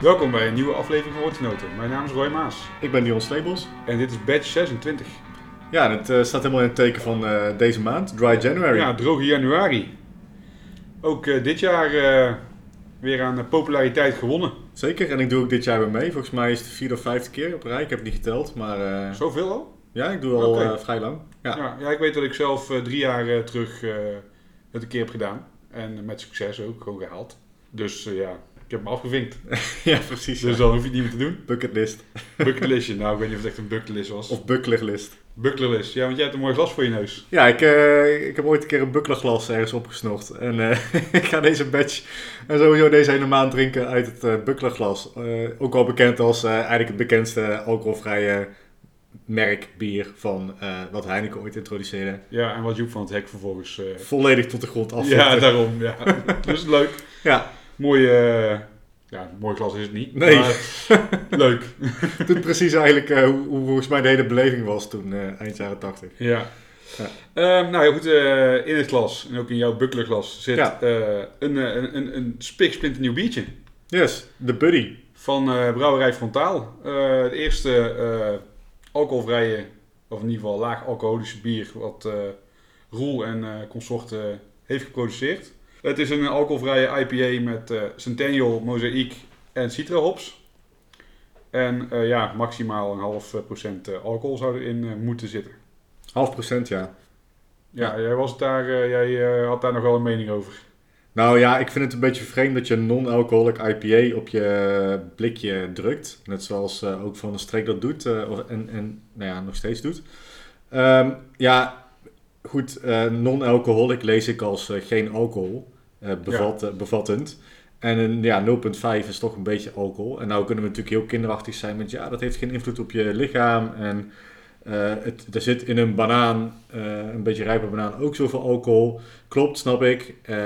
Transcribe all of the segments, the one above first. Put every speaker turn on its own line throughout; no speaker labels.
Welkom bij een nieuwe aflevering van Oortgenoten. Mijn naam is Roy Maas
Ik ben Dion Stables.
en dit is badge 26.
Ja, dat eh, staat helemaal in het teken van eh, deze maand, Dry January.
Ja, droge januari. Ook eh, dit jaar eh, weer aan eh, populariteit gewonnen.
Zeker, en ik doe ook dit jaar weer mee. Volgens mij is het de vierde of vijfde keer op rij. Ik heb het niet geteld, maar eh,
Zoveel al?
ja, ik doe al
Oké.
eh, vrij lang. Ja.
Ja, ja, ik weet dat ik zelf eh, drie jaar eh, terug eh, het een keer heb gedaan. En met succes ook, gewoon gehaald. Dus eh, ja, ik heb me afgevinkt.
ja, precies.
Dus
Dus
dan hoef je het niet meer te doen.
Bucketlist.
Bucketlistje. Nou, ik weet niet of het echt een bucketlist was.
Of bucklerlist.
Bucketlist. Ja, want jij hebt een mooi glas voor je neus.
Ja, ik, eh, ik heb ooit een keer een bucklerglas ergens opgesnocht. En eh, ik ga deze batch en sowieso deze hele maand drinken uit het eh bucklerglas. Eh, ook wel bekend als eh, eigenlijk het bekendste alcoholvrije merk bier van eh, wat Heineken ooit introduceerde.
Ja, en wat Joep van het Hek vervolgens... eh,
volledig tot de grond af.
ja, daarom. Ja. Dus leuk.
Ja,
Mooie, eh, ja, mooi glas is het niet.
Nee.
maar leuk.
doet precies eigenlijk eh, hoe, hoe volgens mij de hele beleving was toen, eh, eind jaren 80.
Ja.
Ja.
Ehm, nou ja, goed. eh, in het glas en ook in jouw bucklerglas zit
Ja.
eh, een, eh, een, een, een spiksplinternieuw biertje.
Yes, de Buddy.
Van eh, Brouwerij Frontaal. Eh, het eerste eh, alcoholvrije, of in ieder geval laag alcoholische bier wat eh, Roel en eh, consorten heeft geproduceerd. Het is een alcoholvrije IPA met eh, Centennial, Mosaic en Citra hops. En eh, ja, maximaal een half eh, procent eh, alcohol zou erin eh, moeten zitten.
Half procent, ja.
Ja, jij, was het daar, eh, jij eh, had daar nog wel een mening over.
Nou ja, ik vind het een beetje vreemd dat je een non-alcoholic IPA op je eh, blikje drukt. Net zoals eh, ook Van de Streek dat doet eh, of- en, en nou ja, nog steeds doet. Ehm, ja, goed, eh, non-alcoholic lees ik als eh, geen alcohol eh, bevat, eh, bevattend. En een, ja, 0,5 is toch een beetje alcohol. En nou kunnen we natuurlijk heel kinderachtig zijn met ja, dat heeft geen invloed op je lichaam. En eh, het, er zit in een banaan, eh, een beetje rijpe banaan, ook zoveel alcohol. Klopt, snap ik. Eh,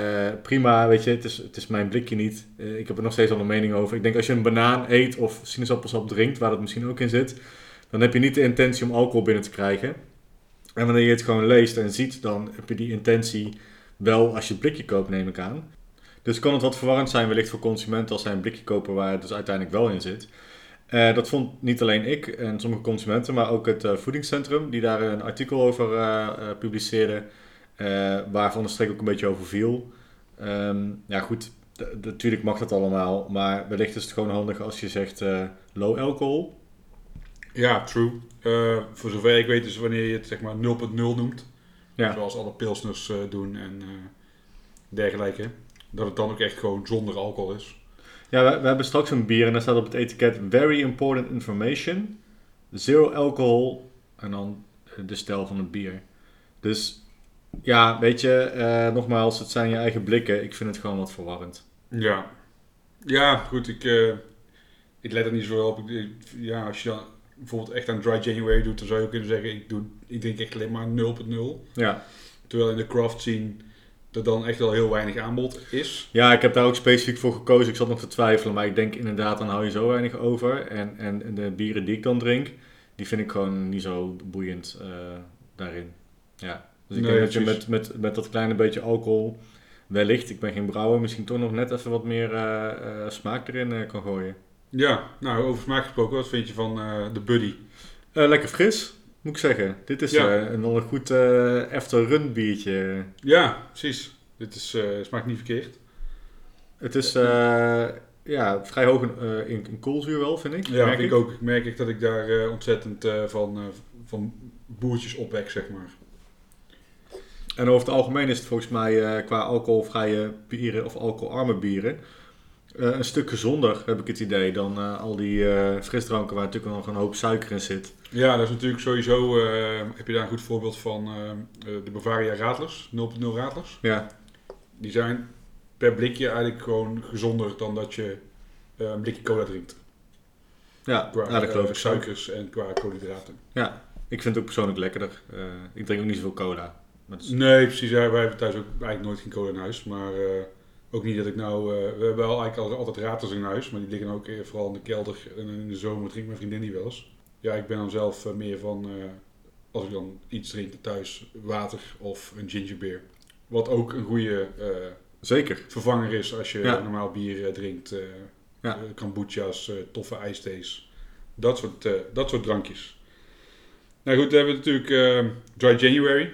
prima, weet je, het is, het is mijn blikje niet. Eh, ik heb er nog steeds al een mening over. Ik denk als je een banaan eet of sinaasappelsap drinkt, waar dat misschien ook in zit, dan heb je niet de intentie om alcohol binnen te krijgen. En wanneer je het gewoon leest en ziet, dan heb je die intentie wel als je het blikje koopt, neem ik aan. Dus kan het wat verwarrend zijn wellicht voor consumenten als zij een blikje kopen waar het dus uiteindelijk wel in zit. Eh, dat vond niet alleen ik en sommige consumenten, maar ook het eh, voedingscentrum die daar een artikel over eh, eh, publiceerde. Eh, waar Van der Streek ook een beetje over viel. Ehm, ja, goed, d- d- natuurlijk mag dat allemaal. Maar wellicht is het gewoon handig als je zegt eh, low alcohol.
Ja, true. Eh, voor zover ik weet is wanneer je het zeg maar 0.0 noemt.
Ja.
Zoals alle pilsners eh, doen en eh, dergelijke. Dat het dan ook echt gewoon zonder alcohol is.
Ja, we, we hebben straks een bier en daar staat op het etiket Very Important Information. Zero alcohol. En dan eh, de stijl van het bier. Dus ja, weet je, eh, nogmaals, het zijn je eigen blikken. Ik vind het gewoon wat verwarrend.
Ja. Ja, goed. Ik, eh, ik let er niet zo wel op. Ik- ik- ja, als je dan bijvoorbeeld echt aan Dry January doet, dan zou je ook kunnen zeggen... Ik, doe, ik drink echt alleen maar 0.0.
Ja.
Terwijl in de craft scene er dan echt wel heel weinig aanbod is.
Ja, ik heb daar ook specifiek voor gekozen. Ik zat nog te twijfelen, maar ik denk inderdaad, dan hou je zo weinig over. En, en, en de bieren die ik dan drink, die vind ik gewoon niet zo boeiend eh, daarin. Ja. Dus ik
Nee,
denk dat je
precies.
met, met, met dat kleine beetje alcohol, wellicht, ik ben geen brouwer, misschien toch nog net even wat meer eh, eh, smaak erin eh, kan gooien.
Ja, nou over smaak gesproken, wat vind je van eh, de Buddy?
Eh, lekker fris, moet ik zeggen. Dit is
Ja.
eh, een, wel een goed eh after-run biertje.
Ja, precies. Dit is, eh, smaakt niet verkeerd.
Het is eh, ja, vrij hoog in, eh, in, in koolzuur wel, vind ik.
Ja,
Merk
ik, ook. Ik merk ik dat ik daar eh, ontzettend eh, van, eh, van boertjes opwek, zeg maar.
En over het algemeen is het volgens mij eh, qua alcoholvrije bieren of alcoholarme bieren eh, een stuk gezonder, heb ik het idee, dan eh, al die eh, frisdranken waar natuurlijk nog een hoop suiker in zit.
Ja, dat is natuurlijk sowieso, eh, heb je daar een goed voorbeeld van, eh, eh, de Bavaria Radlers, 0.0 Radlers.
Ja,
Die zijn per blikje eigenlijk gewoon gezonder dan dat je eh, een blikje cola drinkt.
ja,
Qua
ja dat
eh,
geloof ik. zo.
suikers en qua koolhydraten.
Ja, ik vind het ook persoonlijk lekkerder. Eh, ik drink ook niet zoveel cola. Maar dat is-
Nee, precies. Ja, wij hebben thuis ook eigenlijk nooit geen cola in huis. Maar eh, ook niet dat ik nou... eh, we hebben wel eigenlijk al- altijd raters in huis. Maar die liggen ook eh, vooral in de kelder. En in de zomer drinkt mijn vriendin die wel eens. Ja, ik ben dan zelf eh, meer van... eh, als ik dan iets drink thuis, water of een gingerbeer. Wat ook een goede eh,
Zeker.
vervanger is als je
Ja.
normaal bier eh, drinkt. eh,
Ja.
Eh, kombucha's, eh, toffe ijsthees. Dat soort, eh, dat soort drankjes. Nou goed, dan hebben we natuurlijk eh, Dry January.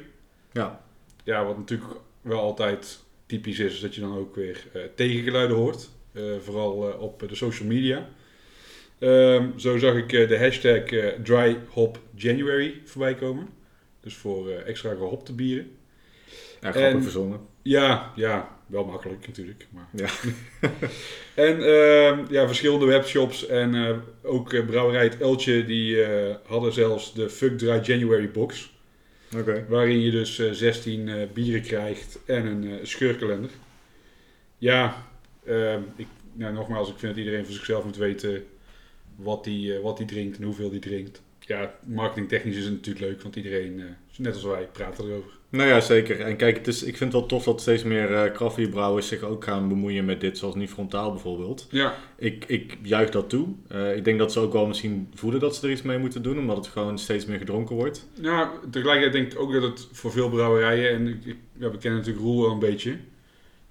Ja.
Ja, wat natuurlijk wel altijd typisch is, is dat je dan ook weer eh, tegengeluiden hoort. Eh, vooral eh, op de social media. Ehm, zo zag ik eh, de hashtag eh, Dry Hop January voorbij komen. Dus voor eh, extra gehopte bieren.
Ja, grappig
En-
verzonnen.
Ja, ja, wel makkelijk natuurlijk. Maar...
Ja.
en ehm, ja, verschillende webshops en eh, ook eh, brouwerij Het Eltje, die eh, hadden zelfs de Fuck Dry January box.
Oké.
Waarin je dus eh, 16 eh, bieren krijgt en een eh, scheurkalender. Ja, ehm, ik, nou, nogmaals, ik vind dat iedereen voor zichzelf moet weten wat die, eh, wat die drinkt en hoeveel die drinkt. Ja, marketingtechnisch is het natuurlijk leuk, want iedereen, eh, net als wij, praat erover.
Nou ja, zeker. En kijk, het is, ik vind het wel tof dat steeds meer krachtbierbrouwers zich ook gaan bemoeien met dit, zoals niet frontaal bijvoorbeeld.
Ja,
Ik, ik juich dat toe. Eh, ik denk dat ze ook wel misschien voelen dat ze er iets mee moeten doen, omdat het gewoon steeds meer gedronken wordt.
Ja, tegelijkertijd denk ik ook dat het voor veel brouwerijen, en ik, ik- ja, we kennen natuurlijk Roel wel een beetje,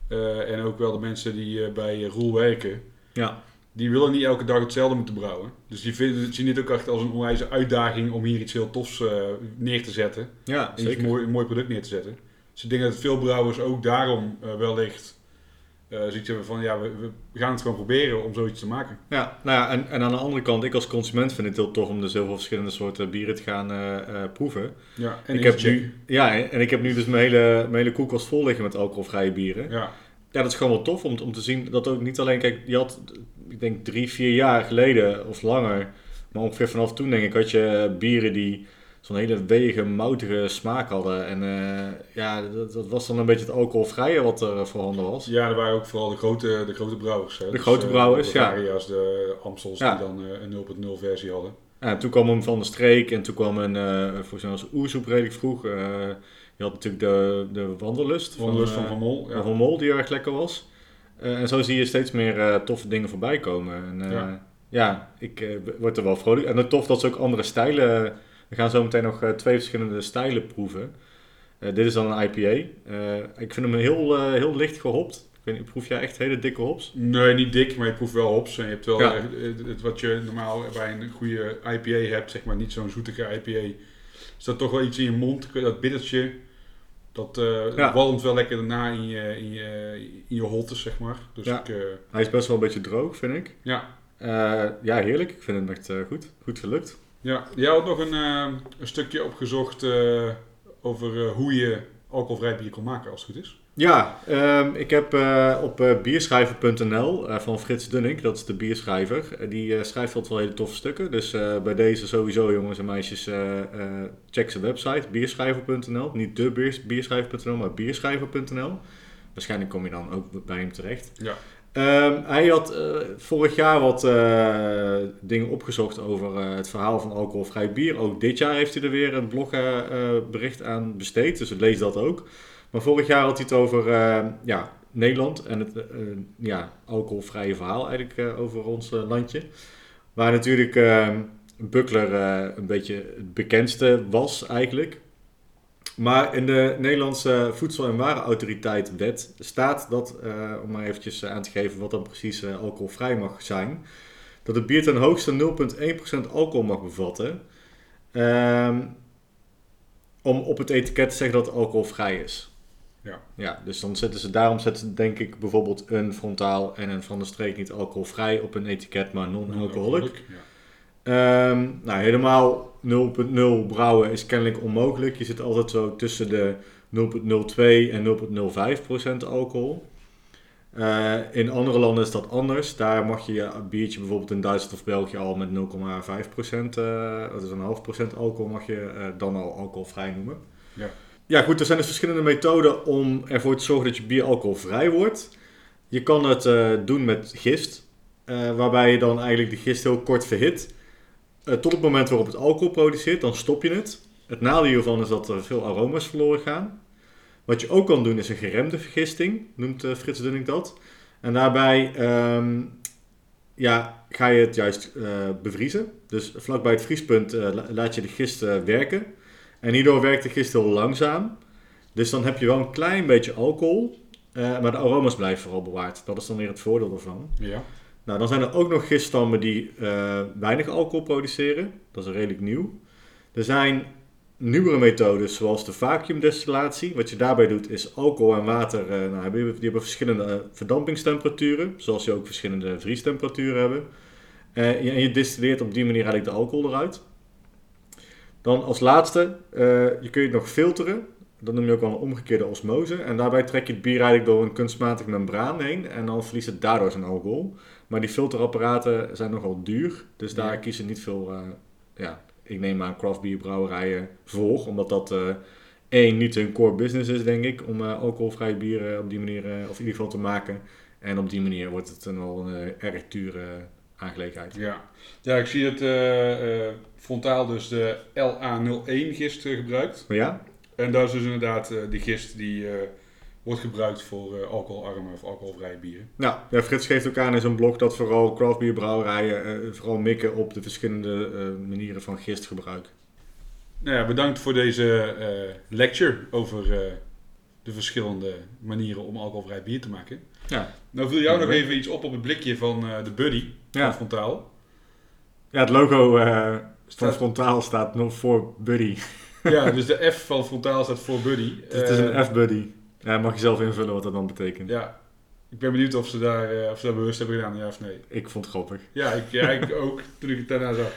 eh, en ook wel de mensen die eh, bij Roel werken,
Ja.
die willen niet elke dag hetzelfde moeten brouwen. Dus die vinden, zien dit ook echt als een onwijze uitdaging om hier iets heel tofs eh, neer te zetten.
Ja,
En iets
zeker.
mooi, een mooi product neer te zetten. Dus ik denk dat veel brouwers ook daarom eh, wellicht eh zoiets hebben van, ja, we, we gaan het gewoon proberen om zoiets te maken.
Ja, nou ja, en, en aan de andere kant, ik als consument vind het heel tof om dus heel veel verschillende soorten bieren te gaan eh, eh, proeven.
Ja, en
ik
eerst
heb
checken.
nu, ja, en ik heb nu dus mijn hele, mijn hele koelkast vol liggen met alcoholvrije bieren.
Ja,
Ja, dat is gewoon wel tof om, om te zien dat ook niet alleen... Kijk, je had, ik denk drie, vier jaar geleden of langer... Maar ongeveer vanaf toen, denk ik, had je eh, bieren die zo'n hele wege, moutige smaak hadden. En eh, ja, dat, dat was dan een beetje het alcoholvrije wat er eh, voorhanden was.
Ja, er waren ook vooral de grote, de grote brouwers. Hè?
De grote
eh,
brouwers,
de
ja.
Bavaria's, de Amstels
Ja.
die dan eh, een 0.0 versie hadden.
En toen kwam een Van de Streek en toen kwam een, eh volgens mij was Oersoep redelijk vroeg. Eh, je had natuurlijk de, de Wanderlust.
Van Lust van
eh,
Van Mol. Ja.
Van Mol, die erg lekker was. Eh, en zo zie je steeds meer eh, toffe dingen voorbij komen. En, eh,
Ja.
ja. ik eh, b- word er wel vrolijk. En het tof dat ze ook andere stijlen... we gaan zo meteen nog eh, twee verschillende stijlen proeven. Eh, dit is dan een IPA. Eh, ik vind hem heel, eh, heel licht gehopt. Ik weet niet, proef jij echt hele dikke hops?
Nee, niet dik, maar je proeft wel hops. En je hebt wel
Ja.
eh, het- het wat je normaal bij een goede IPA hebt, zeg maar niet zo'n zoetige IPA. Is dat toch wel iets in je mond, dat bittertje. Dat eh
Ja.
walmt wel lekker daarna in je, in je, in je holtes, zeg maar. Dus
Ja.
ik, eh,
Hij is best wel een beetje droog, vind ik.
ja.
Eh, ja, heerlijk. Ik vind hem echt eh, goed. Goed gelukt.
ja. Jij had nog een, eh, een stukje opgezocht eh, over eh, hoe je alcoholvrij bier kon maken, als het goed is.
Ja, ehm, ik heb eh, op eh, bierschrijver.nl eh, van Frits Dunning, dat is de bierschrijver, eh, die eh, schrijft altijd wel hele toffe stukken. Dus eh, bij deze sowieso, jongens en meisjes, eh, eh, check zijn website, bierschrijver.nl. Niet de biers- bierschrijver.nl, maar bierschrijver.nl. Waarschijnlijk kom je dan ook bij hem terecht.
Ja.
Ehm, hij had eh, vorig jaar wat eh, dingen opgezocht over eh, het verhaal van alcoholvrij bier. Ook dit jaar heeft hij er weer een blogbericht aan besteed, dus lees dat ook. Maar vorig jaar had hij het over eh, ja, Nederland en het eh, eh, ja, alcoholvrije verhaal eigenlijk eh, over ons eh, landje. Waar natuurlijk eh, Buckler eh, een beetje het bekendste was eigenlijk. Maar in de Nederlandse Voedsel- en Warenautoriteit wet staat dat, eh, om maar eventjes eh, aan te geven wat dan precies eh, alcoholvrij mag zijn, dat het bier ten hoogste 0,1% alcohol mag bevatten. Ehm, om op het etiket te zeggen dat het alcoholvrij is.
Ja.
ja. Dus dan zetten ze, daarom zetten ze denk ik bijvoorbeeld een frontaal en een van de streek niet alcoholvrij op een etiket, maar non-alcoholic.
Ja.
Ehm, nou, helemaal 0.0 brouwen is kennelijk onmogelijk. Je zit altijd zo tussen de 0.02 en 0.05 procent alcohol. Eh, in andere landen is dat anders. Daar mag je je biertje bijvoorbeeld in Duitsland of België al met 0,5 procent, eh, dat is een half procent alcohol, mag je eh, dan al alcoholvrij noemen.
Ja.
ja, goed, er zijn dus verschillende methoden om ervoor te zorgen dat je bier alcoholvrij wordt. Je kan het eh, doen met gist, eh, waarbij je dan eigenlijk de gist heel kort verhit. Eh, tot het moment waarop het alcohol produceert, dan stop je het. Het nadeel hiervan is dat er veel aroma's verloren gaan. Wat je ook kan doen is een geremde vergisting, noemt eh, Frits Dunning dat. En daarbij ehm, ja, ga je het juist eh, bevriezen. Dus vlakbij het vriespunt eh, la- laat je de gist eh, werken. En hierdoor werkt de gist heel langzaam. Dus dan heb je wel een klein beetje alcohol, eh, maar de aroma's blijven vooral bewaard. Dat is dan weer het voordeel ervan.
Ja.
Nou, dan zijn er ook nog gifstammen die eh, weinig alcohol produceren. Dat is redelijk nieuw. Er zijn nieuwere methodes zoals de vacuümdestillatie. Wat je daarbij doet is alcohol en water, eh, nou, hebben- die hebben verschillende eh, verdampingstemperaturen. Zoals je ook verschillende vriestemperaturen hebben. Eh, ja, en je distilleert op die manier eigenlijk de alcohol eruit. Dan als laatste, eh, je kun je het nog filteren. Dat noem je ook al een omgekeerde osmose. En daarbij trek je het bier eigenlijk door een kunstmatig membraan heen. En dan verliest het daardoor zijn alcohol. Maar die filterapparaten zijn nogal duur. Dus daar
Ja.
kiezen niet veel, eh, ja, ik neem aan craft beer brouwerijen voor. Omdat dat eh, één, niet hun core business is, denk ik. Om eh alcoholvrij bier eh, op die manier, eh, of in ieder geval te maken. En op die manier wordt het een al een eh, erg dure aangelegenheid.
Ja. ja, ik zie dat eh, eh, Frontaal dus de LA01 gist eh, gebruikt.
Maar ja,
En dat is dus inderdaad eh, die gist die eh, wordt gebruikt voor eh, alcoholarme of alcoholvrije bieren.
nou, ja, Frits geeft ook aan in zijn blog dat vooral craftbierbrouwerijen eh, vooral mikken op de verschillende eh, manieren van gistgebruik.
Nou ja, bedankt voor deze eh, lecture over eh, de verschillende manieren om alcoholvrij bier te maken.
Ja.
Nou viel jou
Ja,
nog
leuk.
even iets op op het blikje van eh, de Buddy van
Ja,
Frontaal.
ja het logo eh, van
Staat-
Frontaal staat nog voor Buddy.
ja, dus de F van Frontaal staat voor Buddy.
Dus het is
Eh,
een F-buddy. Ja, mag je zelf invullen wat dat dan betekent.
Ja, ik ben benieuwd of ze daar, eh, of ze daar bewust hebben gedaan, ja of nee.
Ik vond het grappig.
Ja, ik, ja, ik ook, toen ik het daarna zag.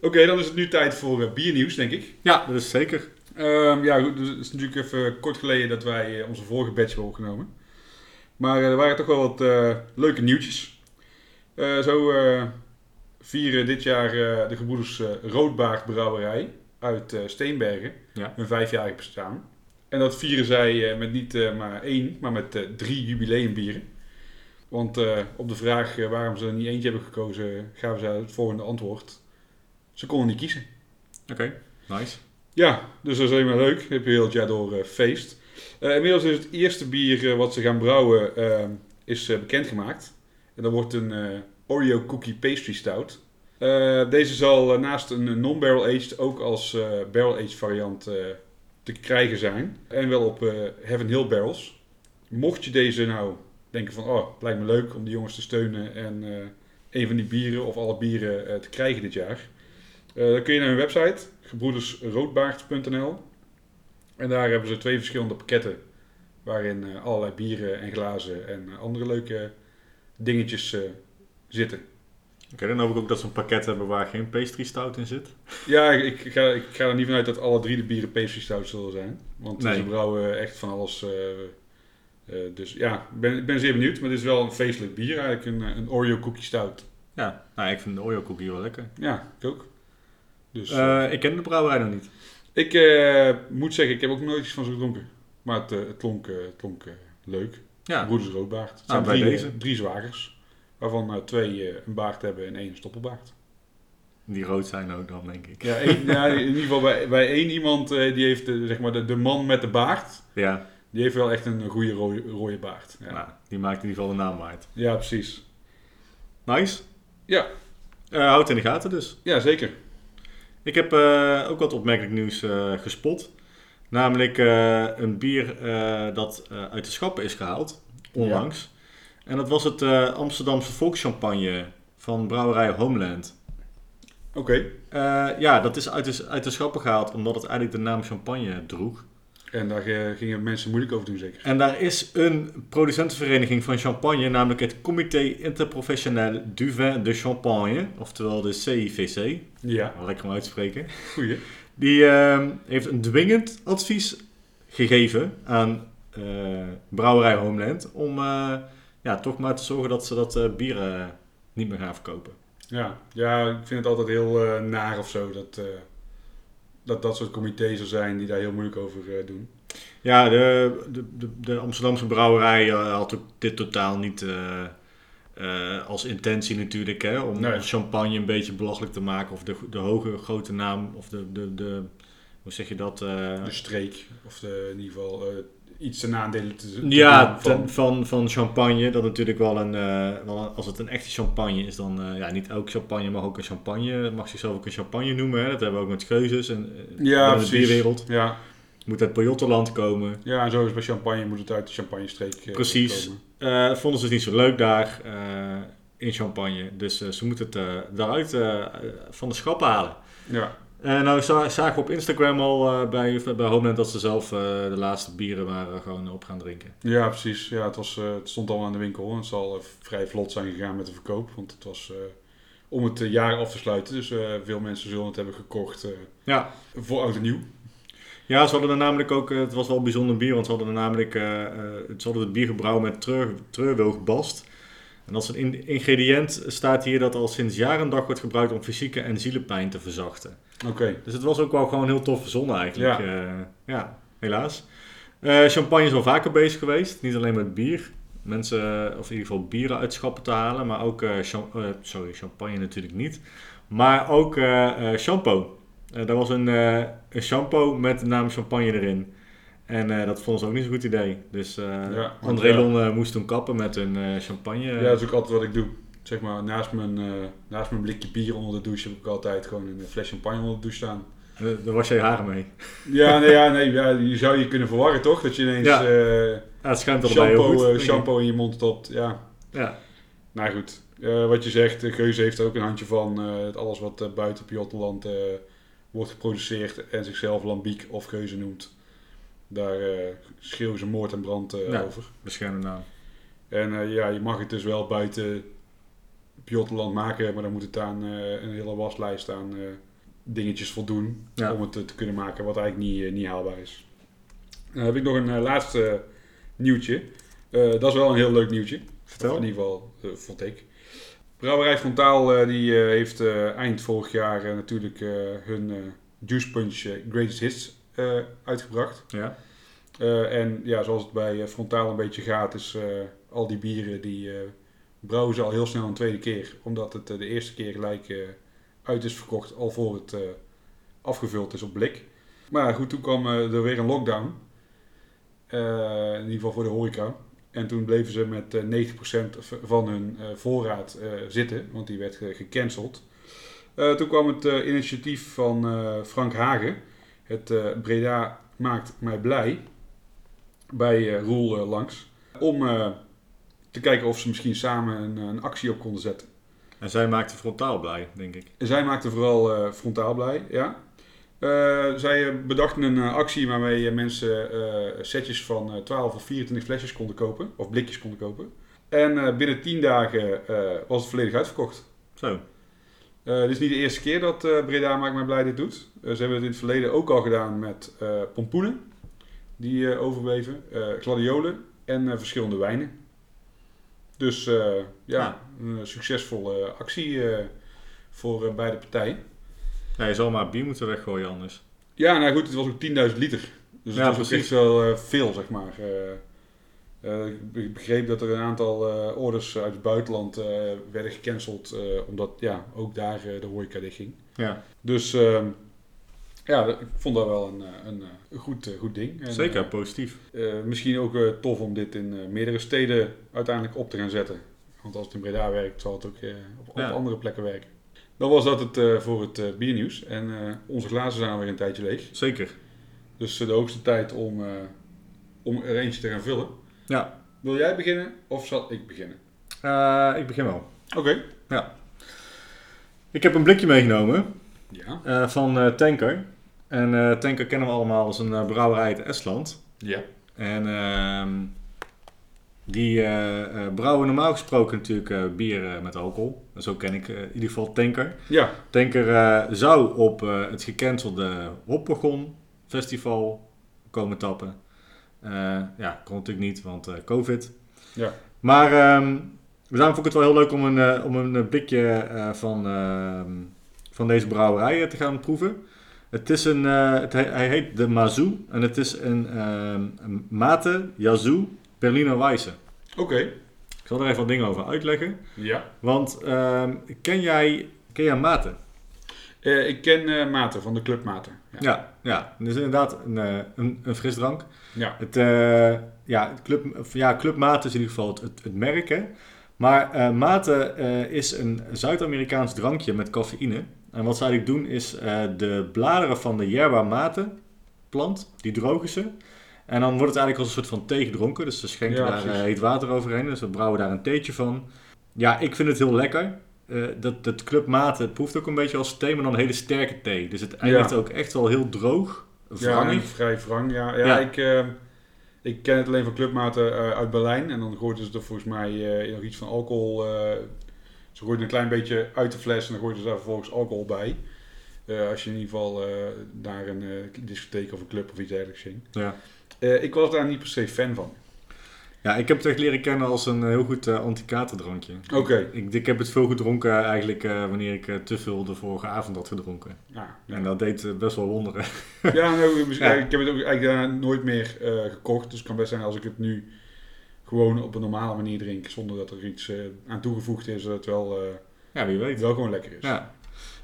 Oké, dan is het nu tijd voor eh, biernieuws, denk ik.
Ja, dat is zeker.
Ehm, ja, goed, dus het is natuurlijk even kort geleden dat wij eh, onze vorige batch hebben opgenomen. Maar eh, er waren toch wel wat eh, leuke nieuwtjes. Eh, zo eh, vieren dit jaar eh, de gebroeders eh, Roodbaard Brouwerij uit eh, Steenbergen
Ja.
hun vijfjarig bestaan. En dat vieren zij eh, met niet eh, maar één, maar met eh, drie jubileumbieren. Want eh, op de vraag eh, waarom ze er niet eentje hebben gekozen, gaven zij het volgende antwoord. Ze konden niet kiezen.
Oké, nice.
Ja, dus dat is alleen maar leuk. Dan heb je heel het jaar door eh, feest. Eh, inmiddels is het eerste bier eh, wat ze gaan brouwen eh, is eh, bekendgemaakt. En dat wordt een eh, Oreo Cookie Pastry Stout. Eh, deze zal eh, naast een eh, non-barrel aged ook als eh, barrel aged variant eh, te krijgen zijn. En wel op eh, Heaven Hill barrels. Mocht je deze nou denken van, oh, het lijkt me leuk om die jongens te steunen en eh een van die bieren of alle bieren eh, te krijgen dit jaar. Eh, dan kun je naar hun website, gebroedersroodbaard.nl. En daar hebben ze twee verschillende pakketten. Waarin eh, allerlei bieren en glazen en eh, andere leuke dingetjes eh, zitten.
Oké, dan hoop ik ook dat ze een pakket hebben waar geen pastry stout in zit.
Ja, ik ik ga, ik ga er niet vanuit dat alle drie de bieren pastry stout zullen zijn. Want
Nee.
ze brouwen echt van alles. eh, eh, dus ja, ik ben, ik ben zeer benieuwd. Maar dit is wel een feestelijk bier eigenlijk. Een, eh, een Oreo cookie stout.
Ja, nou, ik vind de Oreo cookie wel lekker.
Ja, ik ook. Dus,
Eh, ik ken de brouwerij nog niet.
Ik eh, moet zeggen, ik heb ook nooit iets van ze gedronken. Maar het, eh, het klonk, eh, het klonk eh, leuk.
Ja,
Broeders Roodbaard. Het zijn
Nou, bij
drie,
deze.
drie zwagers. Waarvan eh, twee eh, een baard hebben en één een stoppelbaard.
die rood zijn ook dan, denk ik.
Ja, één- ja, in ieder geval bij, bij één iemand, eh, die heeft eh, zeg maar de, de man met de baard.
ja.
Die heeft wel echt een goede rode, rode baard. Ja,
Nou, die maakt in ieder geval de naam waard.
ja precies.
Nice.
Ja.
Eh, houd het in de gaten dus.
Ja, zeker.
Ik heb eh, ook wat opmerkelijk nieuws eh, gespot. Namelijk eh, een bier eh, dat eh, uit de schappen is gehaald, onlangs. En dat was het eh, Amsterdamse volkschampagne van brouwerij Homeland.
Oké.
Eh, ja, dat is uit de, uit de schappen gehaald omdat het eigenlijk de naam champagne droeg.
En daar eh, gingen mensen moeilijk over doen, zeker.
En daar is een producentenvereniging van champagne, namelijk het Comité Interprofessionnel du Vin de Champagne, oftewel de CIVC.
Ja,
Wel Lekker om uit te spreken.
goeie.
Die ehm, heeft een dwingend advies gegeven aan eh, brouwerij Homeland om eh, ja, toch maar te zorgen dat ze dat eh, bier eh, niet meer gaan verkopen.
Ja, ja ik vind het altijd heel eh, naar of zo dat, eh, dat dat soort comité's er zijn die daar heel moeilijk over eh, doen.
Ja, de, de, de, de Amsterdamse brouwerij eh, had ook dit totaal niet eh, eh, als intentie natuurlijk. Hè, om
Nee.
champagne een beetje belachelijk te maken. Of de, de hoge grote naam. Of de, de, de hoe zeg je dat? eh,
De streek, of de, in ieder geval eh, iets ten nadelen te, te
Ja,
doen van.
ten- van, van champagne. Dat natuurlijk wel een, eh, wel een- Als het een echte champagne is, dan. eh, ja, niet elk champagne mag ook een champagne. Het mag zichzelf ook een champagne noemen. Hè. Dat hebben we ook met keuzes. En, eh,
ja,
binnen de
precies.
bierwereld.
Ja,
Moet uit Pajottenland komen.
ja, en zo is bij champagne moet het uit de champagne streek
Precies. Eh, vonden ze het niet zo leuk daar. Eh, in champagne. Dus eh, ze moeten het eh, daaruit eh, van de schap halen.
Ja.
En nou za- zagen we op Instagram al eh, bij, bij Homeland dat ze zelf eh, de laatste bieren waren gewoon op gaan drinken.
ja, precies. Ja, het, was, eh, het stond al aan de winkel. En het zal eh, vrij vlot zijn gegaan met de verkoop. Want het was eh, om het eh, jaar af te sluiten. Dus eh, veel mensen zullen het hebben gekocht eh,
Ja.
voor oud en nieuw.
Ja, ze hadden er namelijk ook, eh, het was wel bijzonder bier, want ze hadden er namelijk, eh, eh, ze hadden het bier gebrouwen met treur, treurwilgbast. En als een in- ingrediënt staat hier dat al sinds jaar en dag wordt gebruikt om fysieke en zielenpijn te verzachten.
Oké.
Dus het was ook wel gewoon heel tof verzonnen eigenlijk. Ja, ja helaas. Eh, champagne is al vaker bezig geweest, niet alleen met bier. Mensen, eh, of in ieder geval bieren uit schappen te halen, maar ook, eh, cham- eh, sorry, champagne natuurlijk niet. Maar ook eh, eh, shampoo. Eh, daar was een, eh, een shampoo met de naam champagne erin. En eh, dat vonden ze ook niet zo'n goed idee. Dus eh,
want
André
ja.
Lon eh, moest toen kappen met een eh, champagne.
Ja, dat is ook altijd wat ik doe. Zeg maar, naast mijn, eh, naast mijn blikje bier onder de douche heb ik altijd gewoon een eh, fles champagne onder de douche staan.
Eh, daar was jij haren mee.
Ja, nee, ja, nee ja, je zou je kunnen verwarren toch? Dat je ineens
Ja.
eh,
Ah, het schuimt allebei heel goed.
shampoo, eh,
denk ik.
shampoo in je mond stopt. Ja,
Ja.
nou goed. Eh, wat je zegt, de Geuze heeft er ook een handje van. eh, het alles wat eh, buiten Piotterland eh, wordt geproduceerd en zichzelf Lambiek of Geuze noemt. Daar eh schreeuwen ze moord en brand eh,
Ja.
over.
Beschermde naam.
En eh, ja, je mag het dus wel buiten Piotterland maken, maar dan moet het aan eh, een hele waslijst aan eh, dingetjes voldoen
Ja.
om het eh, te kunnen maken, wat eigenlijk niet, eh, niet haalbaar is. Dan heb ik nog een eh, laatste nieuwtje. Eh, dat is wel een heel leuk nieuwtje. Of in
Vertel.
ieder geval, eh, vond ik. Brouwerij Frontaal eh, die, eh, heeft eh, eind vorig jaar eh, natuurlijk eh, hun eh, Juice Punch eh, Greatest Hits eh, uitgebracht.
Ja.
Eh, en ja, zoals het bij eh, Frontaal een beetje gaat, is eh, al die bieren die eh brouwen ze al heel snel een tweede keer. Omdat het eh, de eerste keer gelijk eh, uit is verkocht, al voor het eh, afgevuld is op blik. Maar goed, toen kwam eh, er weer een lockdown. Eh, in ieder geval voor de horeca. En toen bleven ze met eh, 90% v- van hun eh, voorraad eh, zitten, want die werd ge- gecanceld. Eh, toen kwam het eh, initiatief van eh, Frank Hagen. Het eh, Breda maakt mij blij bij eh, Roel eh, langs. Om eh, te kijken of ze misschien samen een, eh, een actie op konden zetten.
En zij maakte frontaal blij, denk ik.
Zij maakten vooral eh, frontaal blij, ja. Eh, zij eh, bedachten een eh, actie waarmee eh, mensen eh, setjes van eh, 12 of 24 flesjes konden kopen. Of blikjes konden kopen. En eh, binnen 10 dagen eh, was het volledig uitverkocht.
Zo.
Eh, dit is niet de eerste keer dat eh, Breda Maakt Mij Blij dit doet. Eh, ze hebben het in het verleden ook al gedaan met eh, pompoenen, die eh, overbleven, eh, gladiolen en eh, verschillende wijnen. Dus eh, ja,
Ja.
een eh, succesvolle actie eh, voor eh, beide partijen.
Ja, je zal maar bier moeten weggooien anders.
Ja, nou goed, het was ook 10.000 liter. Dus
Ja,
het was ook
precies.
echt wel eh, veel, zeg maar. Eh, eh, ik be- begreep dat er een aantal eh, orders uit het buitenland eh, werden gecanceld, eh, omdat ja, ook daar eh, de horeca dicht ging.
Ja.
Dus ehm, ja, ik vond dat wel een, eh, een, eh, een goed, eh, goed ding. En,
Zeker, positief.
eh, eh, misschien ook eh, tof om dit in eh, meerdere steden uiteindelijk op te gaan zetten. Want als het in Breda werkt, zal het ook eh, op, op
Ja.
andere plekken werken. Dan was dat het eh, voor het eh, biernieuws. En eh, onze glazen zijn alweer een tijdje leeg.
Zeker.
Dus eh, de hoogste tijd om, eh, om er eentje te gaan vullen.
Ja.
Wil jij beginnen of zal ik beginnen?
Eh, ik begin wel.
Oké.
Ik heb een blikje meegenomen
Ja.
eh, van eh, Tanker. En eh, Tanker kennen we allemaal als een eh, brouwerij uit Estland.
Ja.
En ehm, die eh, eh, brouwen normaal gesproken natuurlijk eh, bier eh, met alcohol. En zo ken ik eh, in ieder geval Tanker.
Ja.
Tanker eh, zou op eh, het gecancelde Hoppegon Festival komen tappen. Eh, ja, kon natuurlijk niet, want eh, COVID.
Ja.
Maar ehm, daarom vond ik het wel heel leuk om een, eh, om een eh, blikje eh, van, ehm, van deze brouwerij eh, te gaan proeven. Het is een, eh, het he- hij heet de Mazou en het is een ehm, een Mate Yazoo Berliner Weisse.
Oké.
Ik zal er even wat dingen over uitleggen.
Ja.
Want ehm, ken, jij, ken jij Mate?
Eh, ik ken eh, Maarten van de Club Maarten. Ja.
Ja, ja. Het is inderdaad een, eh, een, een frisdrank.
Ja.
Het, eh, ja, het club, of ja, Club Mate is in ieder geval het, het, het merk. Hè? Maar eh Mate eh, is een Zuid-Amerikaans drankje met cafeïne. En wat ze eigenlijk doen is eh, de bladeren van de yerba mate plant, die drogen ze. En dan wordt het eigenlijk als een soort van thee gedronken. Dus ze schenken
Ja,
daar eh,
precies.
heet water overheen. Dus we brouwen daar een theetje van. Ja, ik vind het heel lekker. Eh, dat, dat clubmate, het proeft ook een beetje als thee, maar dan een hele sterke thee. Dus het eindigt ook echt wel heel droog.
Ja, en
Wrangig.
vrij wrang. Ja, ja,
Ja.
Ik, eh, ik ken het alleen van clubmaten eh, uit Berlijn. En dan gooiden ze er volgens mij eh, nog iets van alcohol. eh, ze gooiden een klein beetje uit de fles en dan gooiden ze daar vervolgens alcohol bij. Eh, als je in ieder geval eh, naar een eh, discotheek of een club of iets dergelijks ging.
Ja.
Eh, ik was daar niet per se fan van.
ja, ik heb het echt leren kennen als een eh, heel goed eh anticaterdrankje.
Oké.
Ik, ik heb het veel gedronken eigenlijk eh, wanneer ik eh, te veel de vorige avond had gedronken.
Ja,
En dat deed eh, best wel wonderen.
Ja, nou, ik-
Ja.
ik heb het ook eigenlijk daarna nooit meer eh, gekocht. Dus het kan best zijn als ik het nu gewoon op een normale manier drink. Zonder dat er iets eh, aan toegevoegd is. Dat het wel, eh,
ja, wie weet.
wel gewoon lekker is.
Ja.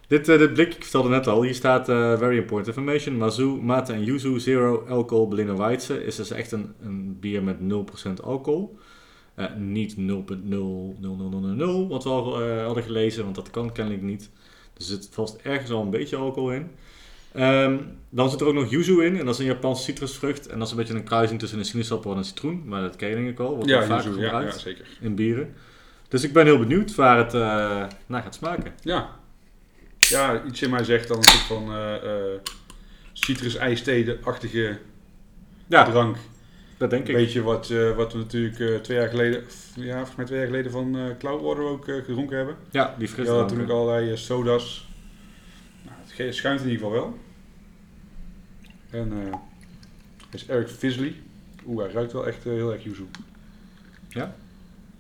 Dit, eh, dit blik, ik vertelde net al, hier staat eh, Very Important Information. Mazoo, Mate en Yuzu Zero Alcohol Berliner Weisse is dus echt een, een bier met 0% alcohol. Eh, niet 0.00000, wat we al eh, hadden gelezen, want dat kan kennelijk niet. Dus er zit vast ergens al een beetje alcohol in. Ehm, dan zit er ook nog yuzu in, en dat is een Japanse citrusvrucht. En dat is een beetje een kruising tussen een sinaasappel en een citroen. Maar dat ken je denk ik al, wordt
Ja,
wel vaker
yuzu, ja, ja,
gebruikt
zeker.
in bieren. Dus ik ben heel benieuwd waar het eh, naar gaat smaken.
Ja. ja, iets in mij zegt dan een soort van eh, eh, citrus-ijsthee-achtige
Ja,
drank.
Dat denk
Een
ik.
beetje wat, eh, wat we natuurlijk eh, twee jaar geleden, of, ja, volgens mij twee jaar geleden van eh Cloudwater ook eh, gedronken hebben.
Ja, die
Ja,
fris
toen ik allerlei eh, sodas. Nou, het ge- schuimt in ieder geval wel. En eh, het is erg fizzly. Oeh, hij ruikt wel echt eh, heel erg yuzu.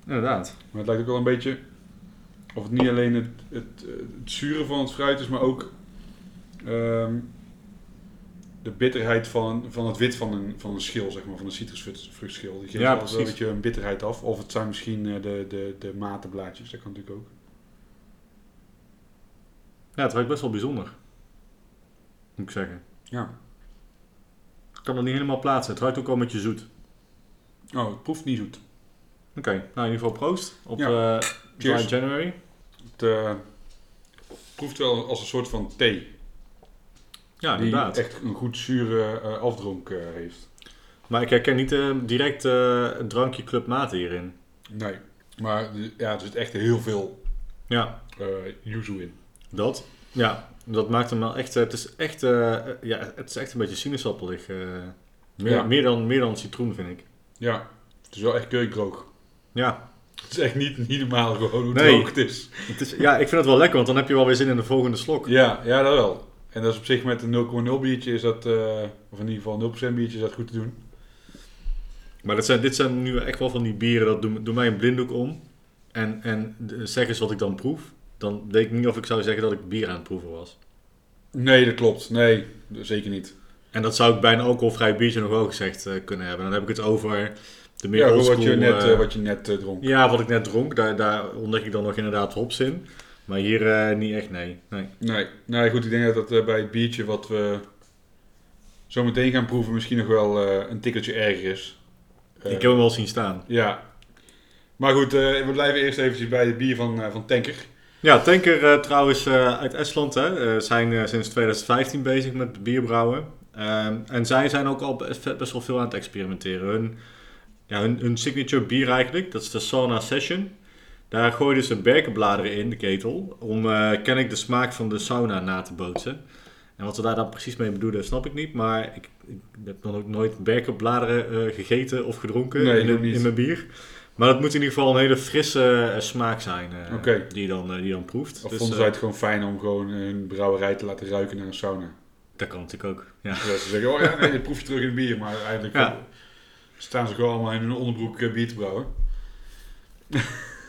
Inderdaad.
Maar het lijkt ook wel een beetje of het niet alleen het, het, eh, het zure van het fruit is, maar ook ehm, de bitterheid van, van het wit van een, van een schil, zeg maar, van een citrusvruchtschil. Die geeft
Ja,
wel eens een
precies.
beetje een bitterheid af. Of het zijn misschien eh, de, de, de matenblaadjes, dat kan natuurlijk ook.
Ja, het ruikt best wel bijzonder. Moet ik zeggen.
Ja.
Ik kan het niet helemaal plaatsen. Het ruikt ook al met je zoet.
Oh, het proeft niet zoet.
Oké, nou in ieder geval proost op eh,
Cheers.
Dry January.
Het eh, proeft wel als een soort van thee.
Ja,
die
inderdaad.
echt een goed zure eh, afdronk eh, heeft.
Maar ik herken niet eh, direct eh, het drankje Club Mate hierin.
Nee. Maar de- ja, er zit echt heel veel
Ja,
eh yuzu in.
dat. Ja, dat maakt hem wel echt... eh, het, is echt eh, ja, het is echt een beetje sinaasappelig. eh. meer,
Ja.
meer, dan, meer dan citroen, vind ik.
Ja, het is wel echt keukrook.
Ja,
Het is echt niet, niet normaal gewoon hoe
Nee.
droog het is.
het is, ja, ik vind het wel lekker, want dan heb je wel weer zin in de volgende slok.
Ja, ja, dat wel. En dat is op zich met een 0,0 biertje is dat, eh, of in ieder geval 0% biertje is dat goed te doen.
Maar dat zijn, dit zijn nu echt wel van die bieren, dat doe, doe mij een blinddoek om. En, en de- zeg eens wat ik dan proef. Dan weet ik niet of ik zou zeggen dat ik bier aan het proeven was.
Nee, dat klopt. Nee, zeker niet.
En dat zou ik bij een alcoholvrij biertje nog wel gezegd eh, kunnen hebben. Dan heb ik het over de meer
Ja, gewoon
oldschool...
wat je net,
eh,
eh, wat je net eh, dronk.
Ja, wat ik net dronk, daar, daar ontdek ik dan nog inderdaad hops in. Maar hier eh, niet echt, nee. nee.
Nee, nee, goed. Ik denk dat dat eh, bij het biertje wat we zo meteen gaan proeven misschien nog wel eh, een tikkeltje erger is. Eh,
ik heb hem wel zien staan.
Ja. Maar goed, eh, we blijven eerst eventjes bij het bier van, eh, van Tanker.
Ja, Tanker eh, trouwens eh, uit Estland hè, eh, zijn eh, sinds 2015 bezig met bierbrouwen. Ehm, en zij zijn ook al best, best wel veel aan het experimenteren. Hun, ja, hun, hun signature bier eigenlijk, dat is de Sauna Session. Daar gooiden ze berkenbladeren in, de ketel, om eh ken ik de smaak van de sauna na te bootsen. En wat ze daar dan precies mee bedoelen, snap ik niet. Maar ik, ik heb dan ook nooit berkenbladeren eh, gegeten of gedronken
Nee, ik
in,
ook
in,
niet.
in mijn bier. Maar dat moet in ieder geval een hele frisse eh, smaak zijn eh,
Oké.
die, je dan, eh, die je dan proeft.
Of
Dus,
vonden
eh,
zij het gewoon fijn om gewoon hun brouwerij te laten ruiken naar een sauna?
Dat kan natuurlijk ook. Ja.
Dat ze zeggen, oh ja, nee, dit proef je terug in het bier. Maar eigenlijk
Ja.
eh, staan ze gewoon allemaal in hun onderbroek eh, bier te brouwen.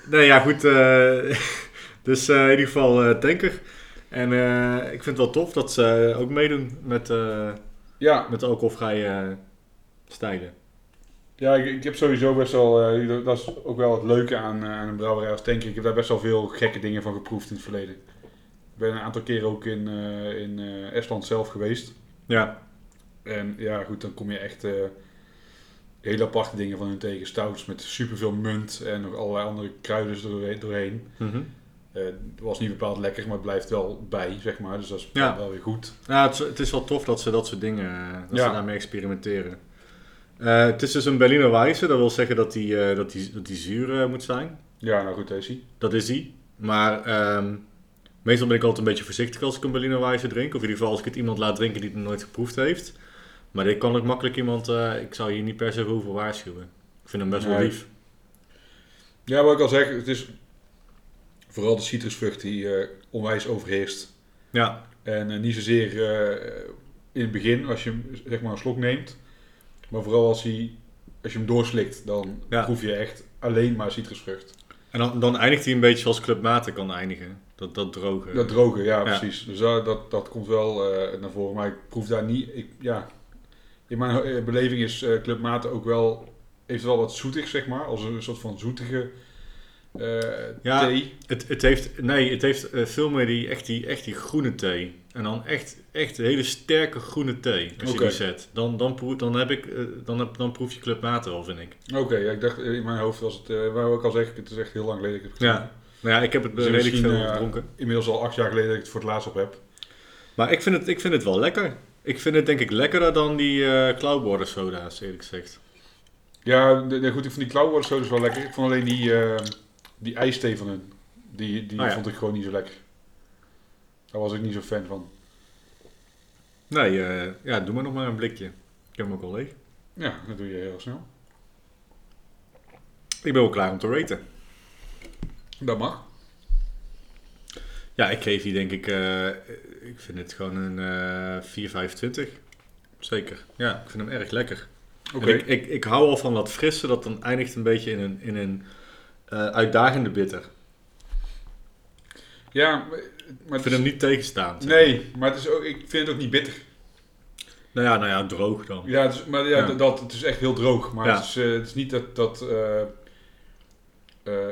Nee, ja, goed. eh, dus eh, in ieder geval eh, tanker. En eh, ik vind het wel tof dat ze ook meedoen met, eh,
Ja,
met alcoholvrije eh, stijlen.
ja ik, ik heb sowieso best wel... eh, dat- dat is ook wel het leuke aan, eh, aan een brouwerij als Tanker. Ik heb daar best wel veel gekke dingen van geproefd in het verleden. Ik ben een aantal keren ook in, eh, in eh, Estland zelf geweest.
Ja,
En ja, goed, dan kom je echt eh, hele aparte dingen van hun tegen. Stouts met superveel munt en nog allerlei andere kruiden er doorheen.
Mhm.
Eh, Het was niet bepaald lekker, maar het blijft wel bij, zeg maar. Dus dat is
Ja.
wel weer goed.
ja Nou, het, is, het is wel tof dat ze dat soort dingen, eh, dat
Ja.
ze daarmee experimenteren. Eh, het is dus een Berliner Weisse, dat wil zeggen dat die, eh, dat die, dat die zuur eh, moet zijn.
Ja, nou goed, deze.
Dat is die. Maar ehm, meestal ben ik altijd een beetje voorzichtig als ik een Berliner Weisse drink. Of in ieder geval als ik het iemand laat drinken die het nog nooit geproefd heeft. Maar dit kan ook makkelijk iemand... eh, ik zou hier niet per se voor hoeven waarschuwen. Ik vind hem best wel
Nee.
lief.
Ja, wat ik al zeg, het is vooral de citrusvrucht die eh, onwijs overheerst.
Ja,
En eh, niet zozeer eh, in het begin, als je hem zeg maar een slok neemt. Maar vooral als, hij, als je hem doorslikt, dan
Ja.
proef je echt alleen maar citrusvrucht.
en dan, dan eindigt hij een beetje zoals Club Mate kan eindigen. Dat, dat droge.
Dat droge, ja,
Eh, Ja.
precies. Dus dat, dat, dat komt wel eh, naar voren. Maar ik proef daar niet... Ik, ja. In mijn eh, beleving is eh Club Mate ook wel... Heeft wel wat zoetig, zeg maar. Als een soort van zoetige eh,
Ja.
thee.
Het, het heeft, nee, het heeft eh, veel meer die, echt, die, echt die groene thee. En dan echt, echt hele sterke groene thee. Als
Oké.
je die zet. Dan, dan, proef, dan, heb ik, eh, dan, heb, dan proef je Club Mate wel, vind ik.
Oké, ja, ik dacht eh, in mijn hoofd was het... eh waar ik al zeg, het is echt heel lang geleden. dat Ik het
Ja. Nou ja, ik heb het eh,
Dus
redelijk
misschien,
veel
eh,
gedronken.
Inmiddels al acht jaar geleden dat ik het voor het laatst op heb.
Maar ik vind, het, ik vind het wel lekker. Ik vind het denk ik lekkerder dan die eh cloudwater soda's, eerlijk gezegd.
Ja, de, de- goed, ik vond die klauwen zo dus wel lekker. Ik vond alleen die, eh, die ijsthee van hun. Die, die
Ah, ja.
vond ik gewoon niet zo lekker. Daar was ik niet zo fan van.
Nee, eh, ja, doe maar nog maar een blikje. Ik heb hem ook al leeg.
Ja, dat doe je heel snel.
Ik ben wel klaar om te raten.
Dat mag.
Ja, ik geef die denk ik, eh, ik vind het gewoon een eh 4,25. Zeker. Ja, ik vind hem erg lekker.
Oké.
En Ik, ik, ik hou al van dat frisse, dat dan eindigt een beetje in een, in een eh, uitdagende bitter.
Ja, maar- maar
Ik
het
vind
is-
hem niet tegenstaand.
Nee, maar het is ook, ik vind het ook niet bitter.
Nou ja, nou ja, droog dan.
Ja, het is, maar ja,
Ja.
d- Dat, het is echt heel droog. Maar
Ja.
het, is, eh, het is niet dat, dat eh, eh,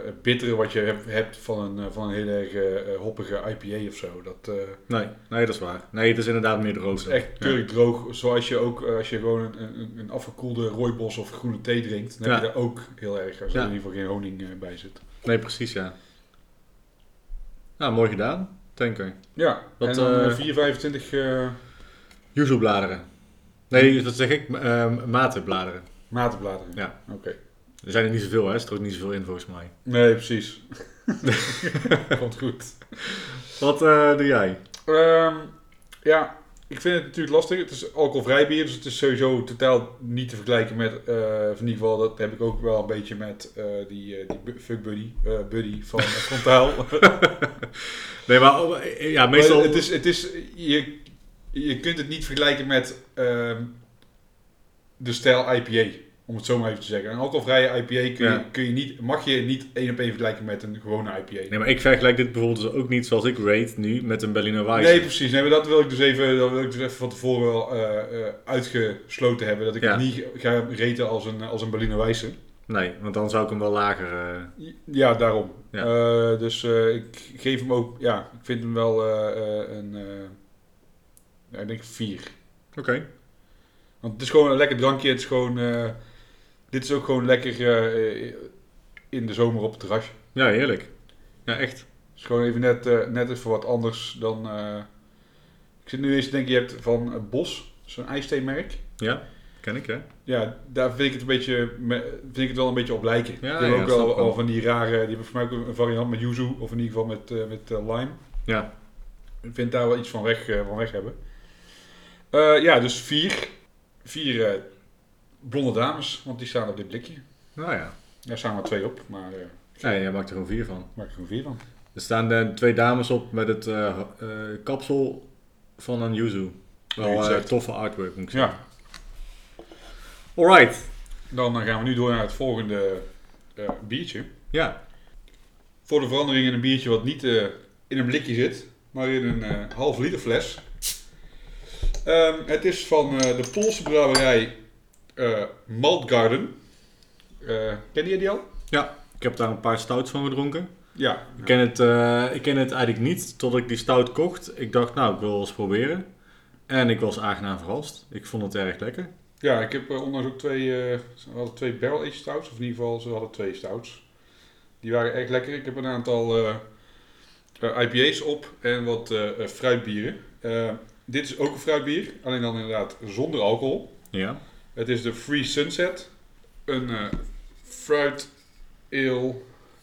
het bittere wat je heb- hebt van een, eh, van een heel erg eh, hoppige IPA of zo. Dat, eh,
Nee, nee, dat is waar. Nee, het is inderdaad meer droog.
Het
dan.
is echt
Ja.
keurig droog. Zoals je ook eh, als je gewoon een, een, een afgekoelde rooibos of groene thee drinkt, dan heb je
Ja.
daar ook heel erg als er
Ja.
in ieder geval geen honing eh, bij zit.
Nee, precies, ja. Nou, mooi gedaan, tanker.
Ja,
Wat,
en dan, eh,
eh,
4,25 eh
Yuzu bladeren. Nee, dat zeg ik, Maten matenbladeren.
matenbladeren.
Ja.
Oké.
Er zijn er niet zoveel, hè? Er is er ook niet zoveel in, volgens mij.
Nee, precies. Komt goed.
Wat eh, doe jij?
Ehm, ja, ik vind het natuurlijk lastig. Het is alcoholvrij bier, dus het is sowieso totaal niet te vergelijken met... eh, of in ieder geval, dat heb ik ook wel een beetje met eh, die, eh, die bu- fuck buddy, eh, buddy van eh, Frontaal.
Nee, maar oh, eh, ja, meestal...
Maar het is, het is, je, je kunt het niet vergelijken met ehm, de stijl IPA, om het zo maar even te zeggen. Een alcoholvrije IPA kun je,
Ja.
kun je niet, mag je niet één op één vergelijken met een gewone IPA.
Nee, maar ik vergelijk dit bijvoorbeeld dus ook niet zoals ik rate nu met een Berliner Weiss.
Nee, precies. Nee, maar dat wil ik dus even, dat wil ik dus even van tevoren wel eh, eh, uitgesloten hebben. Dat ik
Ja.
het niet ga reten als een, als een Berliner Wijze.
Nee, want dan zou ik hem wel lager... eh,
Ja, daarom.
Ja.
Eh, dus eh, ik geef hem ook, ja, ik vind hem wel eh, eh, een, eh, ja, ik denk vier.
Oké.
Want het is gewoon een lekker drankje. Het is gewoon, eh, dit is ook gewoon lekker eh, in de zomer op het terrasje.
Ja, heerlijk. Ja, echt.
Het is gewoon even net, eh, net even wat anders dan... eh, ik zit nu eens te denken, je hebt van eh, Bos, zo'n ijstheemerk.
Ja, ken ik, hè?
Ja, daar vind ik het, een beetje, me- vind ik het wel een beetje op lijken. die
ja,
hebben ook
snap
wel
ik wel.
al van die rare... Die hebben voor mij ook een variant met yuzu, of in ieder geval met, eh, met eh, lime.
Ja.
Ik vind daar wel iets van weg, eh, van weg hebben. Eh, ja, dus vier. Vier eh, blonde dames, want die staan op dit blikje.
Nou ja.
Er staan maar twee op, maar eh,
Nee, jij maakt er gewoon vier van.
ik maak er gewoon vier van.
Er staan eh, twee dames op met het eh, eh, kapsel van een Yuzu. Wel
Nee,
eh,
exact.
toffe artwork moet ik zeggen.
Ja,
Alright.
dan eh, gaan we nu door naar het volgende eh, biertje.
Ja.
Voor de verandering in een biertje wat niet eh, in een blikje zit, maar in een eh, half liter fles. Ehm, het is van eh, de Poolse brouwerij eh Malt Garden. Eh, ken je die al?
Ik heb daar een paar stouts van gedronken.
Ja.
Ik, ken het, eh, ik ken het eigenlijk niet tot ik die stout kocht. Ik dacht, nou, ik wil wel eens proberen. En ik was aangenaam verrast. Ik vond het erg lekker.
Ja, ik heb eh, onlangs ook twee, eh, ze hadden twee barrel aged stouts, of in ieder geval ze hadden twee stouts. Die waren echt lekker. Ik heb een aantal eh, eh, IPA's op en wat eh, eh, fruitbieren. Eh, dit is ook een fruitbier, alleen dan inderdaad zonder alcohol.
Ja.
Het is de Free Sunset, een eh fruit ale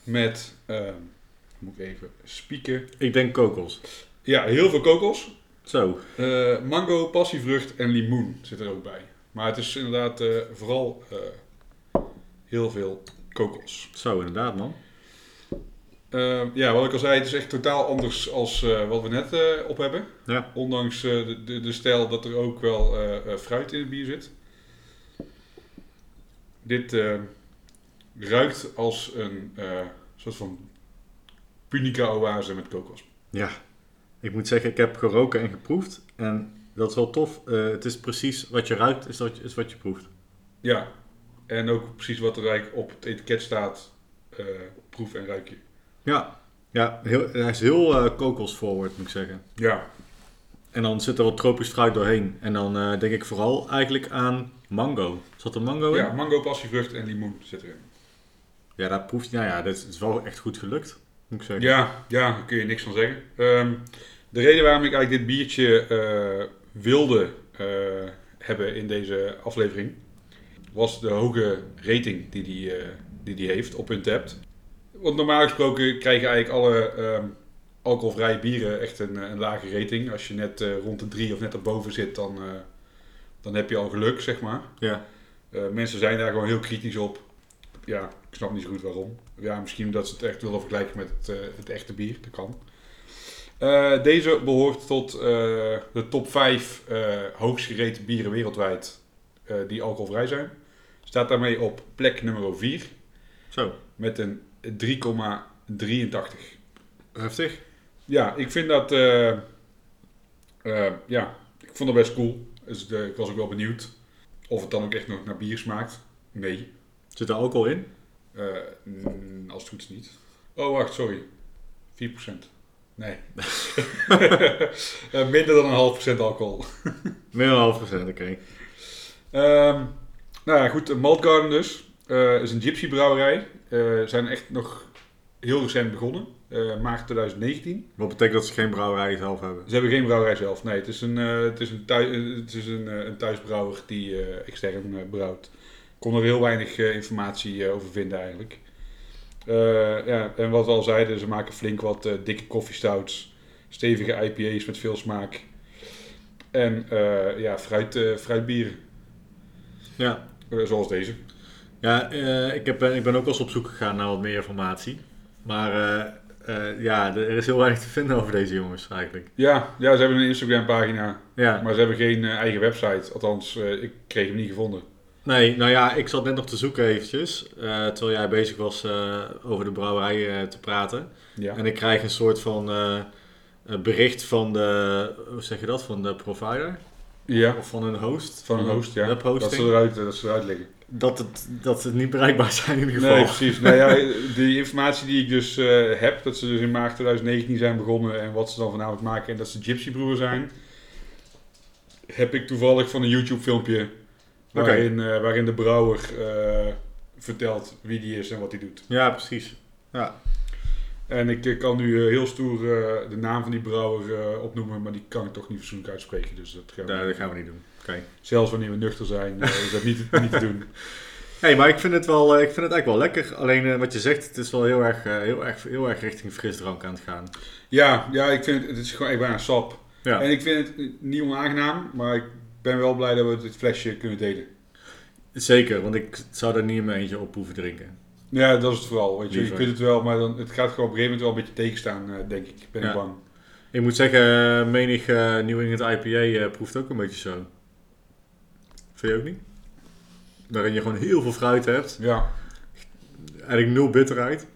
met, ehm, moet ik even spieken,
Ik denk kokos.
ja, heel veel kokos.
Zo.
Eh, mango, passievrucht en limoen zit er ook bij. Maar het is inderdaad eh, vooral eh, heel veel kokos.
Zo, inderdaad, man.
Eh, ja, wat ik al zei, het is echt totaal anders als eh, wat we net eh, op hebben.
Ja.
Ondanks eh, de, de, de stijl dat er ook wel eh, eh, fruit in het bier zit. Dit eh, ruikt als een eh, soort van punica-oase met kokos.
Ja. Ik moet zeggen, ik heb geroken en geproefd. En dat is wel tof. Eh, het is precies wat je ruikt, is, dat, is wat je proeft.
Ja, en ook precies wat er eigenlijk op het etiket staat. eh, proef en ruik je.
Ja. Ja, heel, hij is heel eh kokosforward, moet ik zeggen.
Ja,
En dan zit er wat tropisch fruit doorheen. En dan eh, denk ik vooral eigenlijk aan mango. Zat er mango in?
ja mango, passievrucht en limoen zit erin.
Ja, dat proeft. Nou ja, dat is, het is wel echt goed gelukt, moet ik zeggen.
Ja, ja, daar kun je niks van zeggen. Ehm, de reden waarom ik eigenlijk dit biertje eh, wilde eh, hebben in deze aflevering was de hoge rating die die, eh, die, die heeft op Untappd. Want normaal gesproken krijgen eigenlijk alle ehm, alcoholvrije bieren echt een, eh, een lage rating. Als je net eh, rond de 3 of net erboven zit, dan, eh, dan heb je al geluk, zeg maar.
Ja.
Eh, mensen zijn daar gewoon heel kritisch op. Ja, ik snap niet zo goed waarom. Ja, misschien dat ze het echt willen vergelijken met het, eh, het echte bier. Dat kan. Eh, deze behoort tot eh, de top 5 eh hoogst gereten bieren wereldwijd eh, die alcoholvrij zijn. Staat daarmee op plek nummer 4
Zo.
met een 3,83.
Heftig.
Ja, ik vind dat. eh, eh, ja, ik vond dat best cool. Dus eh, ik was ook wel benieuwd of het dan ook echt nog naar bier smaakt. Nee,
Zit er alcohol in?
Eh, mm, als het goed is niet. Oh, wacht, sorry. 4%. Nee. Eh, minder dan een half procent alcohol.
Meer dan half procent, oké.
Ehm, nou ja, goed. een Malt Garden dus. Eh, is een gypsy brouwerij. Eh, zijn echt nog heel recent begonnen. Eh, maart 2019.
Wat betekent dat ze geen brouwerij zelf hebben?
Ze hebben geen brouwerij zelf. Nee, het is een, eh, het is een, thui- eh, het is een, eh, een thuisbrouwer die eh, extern eh, brouwt. Ik kon er heel weinig eh, informatie eh, over vinden eigenlijk. Eh, ja, en wat we al zeiden, ze maken flink wat eh, dikke koffiestouts, stevige IPA's met veel smaak. En eh, ja, fruit, eh, fruitbieren,
Ja.
eh, zoals deze.
Ja, eh, ik, heb, ik ben ook wel eens op zoek gegaan naar wat meer informatie. Maar eh, eh, ja, er is heel weinig te vinden over deze jongens eigenlijk.
Ja, ja, ze hebben een Instagram pagina,
Ja.
maar ze hebben geen eh, eigen website. Althans, eh, ik kreeg hem niet gevonden.
Nee, nou ja, ik zat net nog te zoeken eventjes. eh, terwijl jij bezig was eh, over de brouwerij eh, te praten.
Ja.
En ik krijg een soort van eh, een bericht van de, hoe zeg je dat, van de provider?
ja,
Of van een host?
van een host, ja. Dat ze
Webhosting?
eruit, eh, dat ze eruit liggen.
Dat, het, dat ze niet bereikbaar zijn in ieder geval.
Nee, precies. Nou ja, die informatie die ik dus eh, heb, dat ze dus in maart 2019 zijn begonnen en wat ze dan vanavond maken en dat ze Gypsy Broer zijn, heb ik toevallig van een YouTube filmpje
Oké.
waarin, eh, waarin de brouwer eh, vertelt wie die is en wat hij doet.
Ja, precies. Ja.
En ik eh, kan nu eh, heel stoer eh, de naam van die brouwer eh, opnoemen, maar die kan ik toch niet fatsoenlijk uitspreken. Dus dat gaan we
Nee,
niet
dat
doen.
gaan we niet doen. Oké.
Zelfs wanneer we nuchter zijn, eh, is dat niet, niet te doen.
Hey, maar ik vind, het wel, eh, ik vind het eigenlijk wel lekker. Alleen eh, wat je zegt, het is wel heel erg, eh, heel erg, heel erg richting frisdrank aan het gaan.
Ja, ja ik vind het, het is gewoon echt bijna sap.
Ja.
En ik vind het niet onaangenaam, maar ik ben wel blij dat we dit flesje kunnen delen.
Zeker, want ik zou er niet in mijn eentje op hoeven drinken.
Nou Ja, dat is het vooral. Weet je. je
Liever.
kunt het wel, maar dan, het gaat gewoon op een gegeven moment wel een beetje tegenstaan, eh, denk ik. Ben
Ja.
ik bang.
Ik moet zeggen, eh, menig eh, New England IPA eh, proeft ook een beetje zo. Vind je ook niet? Waarin je gewoon heel veel fruit hebt.
Ja.
Eigenlijk nul bitterheid.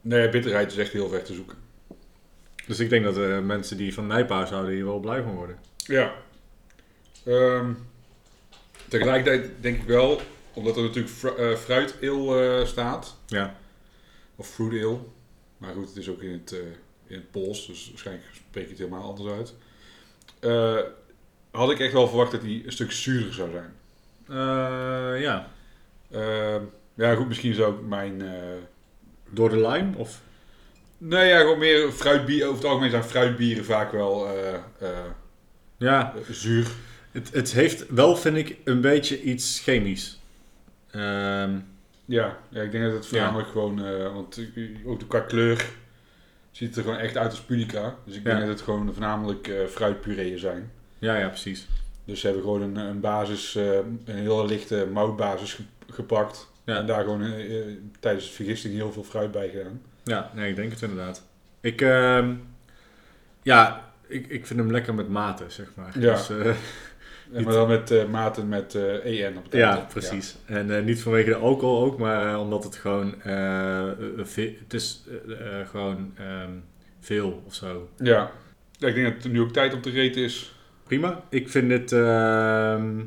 Nee, bitterheid is echt heel ver te zoeken.
Dus ik denk dat eh, mensen die van Nijpaas houden hier wel blij van worden.
Ja. Ehm, tegelijkertijd denk ik wel, omdat er natuurlijk fru eh, fruit ale eh, staat,
Ja.
of fruit ale. Maar goed, het is ook in het, eh, in het Pools, dus waarschijnlijk spreek je het helemaal anders uit. Eh, had ik echt wel verwacht dat die een stuk zuurder zou zijn.
Eh, ja.
Ehm, ja, goed, misschien is ook mijn. eh,
Door de lime? Of?
Nee, ja, gewoon meer fruitbier. Over het algemeen zijn fruitbieren vaak wel eh, eh,
Ja,
zuur.
Het, het heeft wel, vind ik, een beetje iets chemisch. Ehm,
Ja, ja, ik denk dat het voornamelijk gewoon, eh, want eh, ook qua kleur ziet het er gewoon echt uit als punica. Dus ik denk
Ja.
dat het gewoon voornamelijk eh fruitpureeën zijn.
Ja, ja, precies.
Dus ze hebben gewoon een, een basis, eh, een heel lichte moutbasis ge- gepakt.
Ja.
En daar gewoon eh, eh, tijdens de vergisting heel veel fruit bij gedaan.
Ja, nee, ik denk het inderdaad. Ik, ehm, ja, ik, ik vind hem lekker met mate, zeg maar.
Ja.
Dus, eh,
En maar dan met eh, maten met eh, EN op het
ja,
eind.
precies. En eh, niet vanwege de alcohol ook, maar eh, omdat het gewoon, eh, eh, ve- het is eh, eh, gewoon ehm, veel of zo.
Ja. Ja. Ja, ik denk dat het nu ook tijd op de reet is.
Prima. Ik vind het, ehm,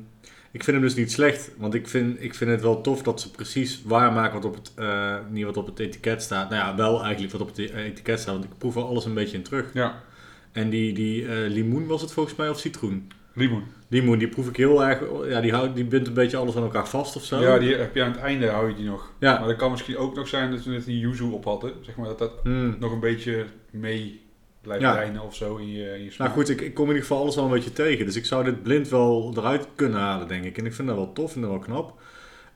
ik vind hem dus niet slecht, want ik vind, ik vind het wel tof dat ze precies waarmaken wat op het, eh, niet wat op het etiket staat. Nou ja, wel eigenlijk wat op het etiket staat, want ik proef er alles een beetje in terug.
Ja,
En die, die eh, limoen was het volgens mij, of citroen?
limoen.
Limoen, die proef ik heel erg. Ja, die, houdt, die bindt een beetje alles aan elkaar vast of zo.
Ja, die heb je aan het einde hou je die nog.
Ja.
Maar dat kan misschien ook nog zijn dat we net die yuzu op hadden. Zeg maar dat dat
Hmm.
nog een beetje mee blijft
Ja.
lijnen of zo in je, in je smaak.
Nou goed, ik, ik kom in ieder geval alles wel een beetje tegen. Dus ik zou dit blind wel eruit kunnen halen, denk ik. En ik vind dat wel tof en wel knap.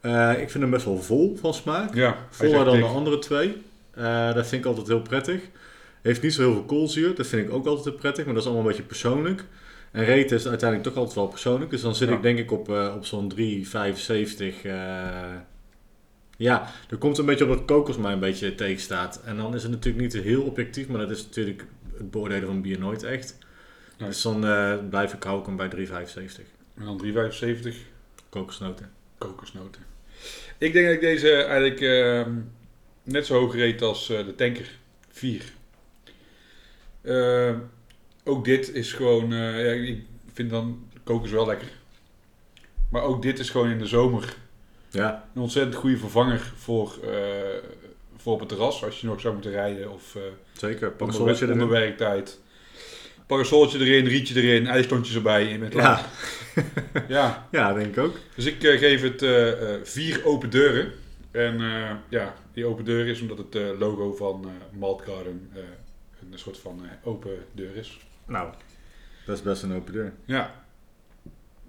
Eh, ik vind hem best wel vol van smaak.
Ja, hij is
Voller
echt
dan de
dik.
andere twee. Eh, dat vind ik altijd heel prettig. Heeft niet zo heel veel koolzuur. Dat vind ik ook altijd heel prettig. Maar dat is allemaal een beetje persoonlijk. En reten is uiteindelijk toch altijd wel persoonlijk. Dus dan zit
Ja.
ik denk ik op, eh, op zo'n 3,75. eh ja, dat komt een beetje omdat kokos mij een beetje tegenstaat. En dan is het natuurlijk niet heel objectief. Maar dat is natuurlijk het beoordelen van bier nooit echt.
Nee.
Dus dan eh, blijf ik hou ik hem bij 3,75.
En dan 3,75
Kokosnoten.
kokosnoten. Ik denk dat ik deze eigenlijk ehm, net zo hoog reed als eh, de tanker 4. Ehm, ook dit is gewoon, eh, ja, ik vind dan kokos wel lekker. Maar ook dit is gewoon in de zomer
Ja,
een ontzettend goede vervanger voor, eh, voor op het terras. Als je nog zou moeten rijden of eh,
zeker. Pak een
Onder,
solletje
onder
erin.
werktijd. Parasolletje erin, rietje erin, ijstontjes erbij. En je bent klaar.
Ja,
ja.
ja, denk ik ook.
Dus ik eh, geef het eh, eh, vier open deuren. En eh, ja, die open deur is omdat het eh, logo van eh Malt Garden eh, een soort van eh, open deur is.
Nou, dat is best een open deur.
Ja.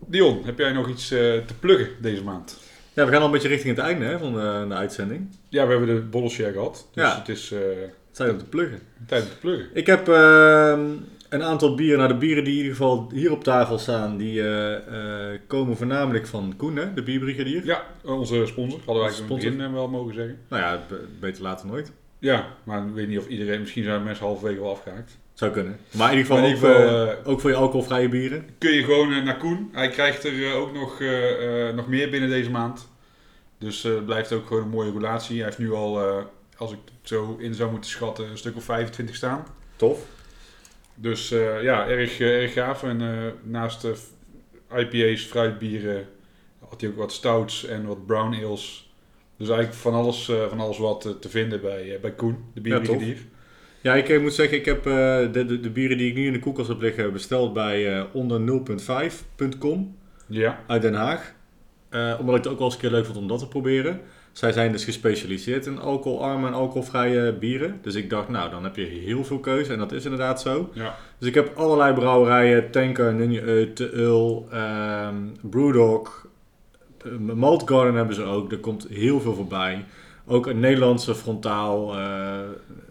Dion, heb jij nog iets eh, te pluggen deze maand?
Ja, we gaan al een beetje richting het einde hè, van eh, de, de uitzending.
Ja, we hebben de bollenshare gehad. Dus
Ja.
het is eh,
Het zijn om te pluggen.
tijd om te pluggen.
Ik heb ehm, een aantal bieren, nou de bieren die in ieder geval hier op tafel staan, die eh, eh, komen voornamelijk van Koen, hè, de bierbrigadier.
Ja, onze sponsor. Hadden wij in het
Sponsor.
begin eh, wel mogen zeggen.
Nou ja, be- beter later nooit.
Ja, maar ik weet niet of iedereen... Misschien zijn mensen halverwege wel afgehaakt.
Zou kunnen. Maar in ieder geval,
Maar in ieder
ook,
geval,
voor, ook voor je alcoholvrije bieren.
kun je gewoon eh, naar Koen. Hij krijgt er eh, ook nog, eh, eh, nog meer binnen deze maand. Dus eh, het blijft ook gewoon een mooie relatie. Hij heeft nu al, eh, als ik het zo in zou moeten schatten, een stuk of 25 staan.
Tof.
Dus eh, ja, erg, eh, erg gaaf. En eh, naast eh, de IPA's, fruitbieren, had hij ook wat stouts en wat brown ales. Dus eigenlijk van alles, eh, van alles wat eh, te vinden bij, eh, bij Koen, de bierbrigadier.
Ja, ik, eh, moet zeggen, ik heb eh, de, de, de bieren die ik nu in de koelkast heb liggen besteld bij eh, onder 0.5.com.
Ja,
uit Den Haag. Eh, omdat ik het ook wel eens een keer leuk vond om dat te proberen. Zij zijn dus gespecialiseerd in alcoholarme en alcoholvrije bieren. Dus ik dacht, nou, dan heb je heel veel keuze. En dat is inderdaad zo.
Ja.
Dus ik heb allerlei brouwerijen. Tanker, Ninja Eut, Te Eul, ehm, Brewdog. eh, Malt Garden hebben ze ook. Er komt heel veel voorbij. Ook een Nederlandse frontaal. eh,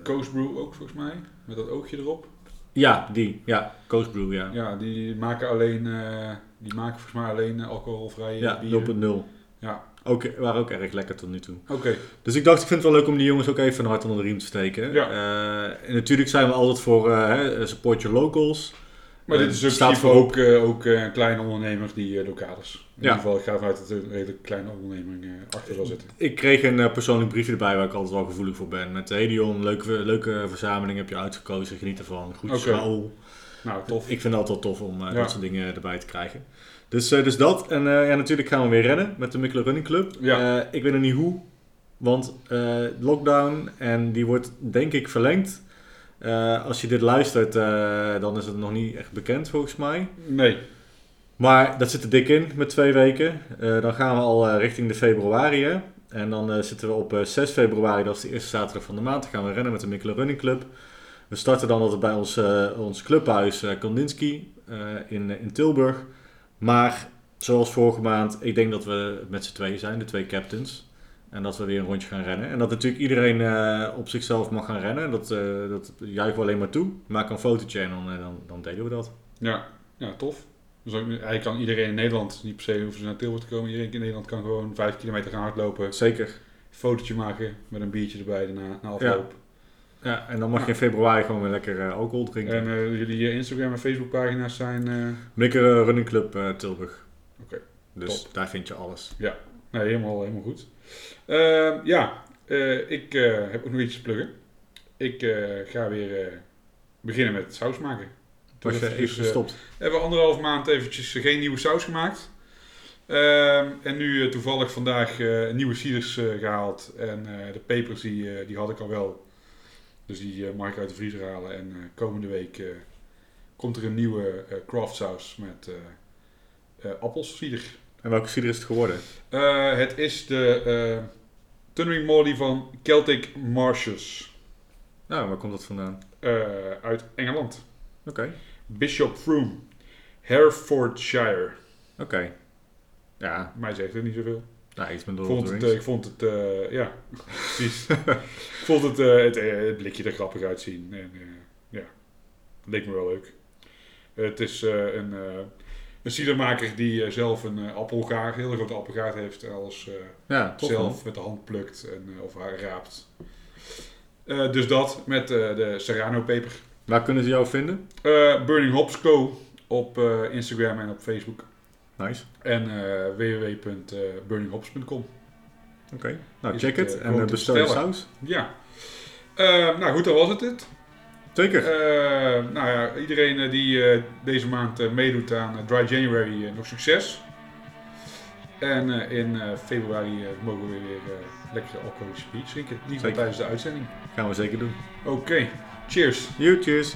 Coast Brew ook volgens mij, met dat oogje erop.
ja, die. Ja, Coast Brew, ja.
Ja, die maken alleen, eh, die maken volgens mij alleen eh, alcoholvrije
Ja,
bieren.
0.0.
Ja.
Ook, waren ook erg lekker tot nu toe.
Oké,
Dus ik dacht, ik vind het wel leuk om die jongens ook even van hart onder de riem te steken.
Ja.
Eh, en natuurlijk zijn we altijd voor eh, hè, support your locals.
maar
Eh,
dit is in
staat
principe
voorop.
ook, eh, ook eh, een kleine ondernemer die eh, lokaal is. In ieder
Ja.
geval, ik ga ervan uit dat er een redelijk kleine onderneming eh, achter zal zitten.
Ik kreeg een eh, persoonlijk briefje erbij waar ik altijd wel gevoelig voor ben. Met Hedion, leuke, leuke verzameling heb je uitgekozen, geniet ervan. Goed
Oké.
schaal.
Nou, tof.
Ik vind het altijd wel tof om
Ja.
eh, dat soort dingen erbij te krijgen. Dus, eh, dus dat. En eh, ja, natuurlijk gaan we weer rennen met de Mikkelen Running Club.
Ja.
Eh, ik weet nog niet hoe, want eh, lockdown en die wordt denk ik verlengd. Eh, als je dit luistert, eh, dan is het nog niet echt bekend volgens mij.
Nee,
Maar dat zit er dik in met twee weken. Eh, dan gaan we al eh, richting de februari. Hè? En dan eh, zitten we op eh, 6 februari, dat is de eerste zaterdag van de maand. Dan gaan we rennen met de Mikkelen Running Club. We starten dan altijd bij ons, eh, ons clubhuis eh Kandinsky eh, in, in Tilburg. Maar zoals vorige maand, ik denk dat we met z'n tweeën zijn, de twee captains. En dat we weer een rondje gaan rennen. En dat natuurlijk iedereen eh, op zichzelf mag gaan rennen. Dat, eh dat juichen we alleen maar toe. Maak een fotootje en dan, eh, dan, dan delen we dat.
Ja, ja tof. Dus ook, eigenlijk kan iedereen in Nederland, dus niet per se hoeven ze naar Tilburg te komen, iedereen in Nederland kan gewoon vijf kilometer gaan hardlopen,
Zeker.
fotootje maken met een biertje erbij daarna, na afloop.
Ja, en dan mag je in februari gewoon weer lekker eh, alcohol drinken.
En eh, jullie eh, Instagram en Facebook pagina's zijn... eh,
Mikker eh, Running Club eh, Tilburg.
Oké,
Dus daar vind je alles.
Nee, helemaal, helemaal goed. Ehm, ja, eh, ik eh, heb ook nog iets te pluggen. Ik eh, ga weer eh, beginnen met saus maken. Toen
Was je
eventjes,
even
eh,
gestopt?
hebben we anderhalf maand eventjes geen nieuwe saus gemaakt. Ehm, en nu eh, toevallig vandaag eh, nieuwe ciders eh, gehaald. En eh, de pepers die, eh, die had ik al wel. Dus die eh, mag ik uit de vriezer halen. En eh, komende week eh, komt er een nieuwe eh craft saus met eh, eh, appelsieder.
En welke cider is het geworden?
Eh, het is de eh Tunnering Molly van Celtic Marshes
Nou, waar komt dat vandaan?
eh, uit Engeland.
Oké.
Bishop Froome, Herefordshire.
Oké. Ja,
Mij zegt het niet zoveel.
nou, iets met
Ik
Lord of
vond
the
het,
Rings.
eh, ik vond het eh, ja, precies. ik vond het, eh, het, eh, het blikje er grappig uitzien. En, eh, ja, leek me wel leuk. Het is eh, een, eh een cidermaker die eh, zelf een eh, appelgaard, een hele grote appelgaard heeft. En alles eh,
ja, tof
zelf
man.
met de hand plukt en, eh, of haar raapt. Eh, dus dat met eh, de Serrano peper.
Waar kunnen ze jou vinden?
Eh, Burning Hops Co. op eh, Instagram en op Facebook.
Nice.
En eh, www.burninghops.com.
Oké. Nou,
Is
check
het,
het
eh,
en
gewoon
eh,
te
bestel je
bestellen.
saus.
Ja. Eh, nou goed, dat was het. dit.
Zeker.
Eh, nou ja, iedereen eh, die eh, deze maand eh, meedoet aan eh, Dry January, eh, nog succes. En eh, in eh, februari eh, mogen we weer eh, lekkere alcoholische biertjes drinken. Niet
Zeker.
tijdens de uitzending.
Gaan we zeker doen.
Oké, cheers.
You, cheers.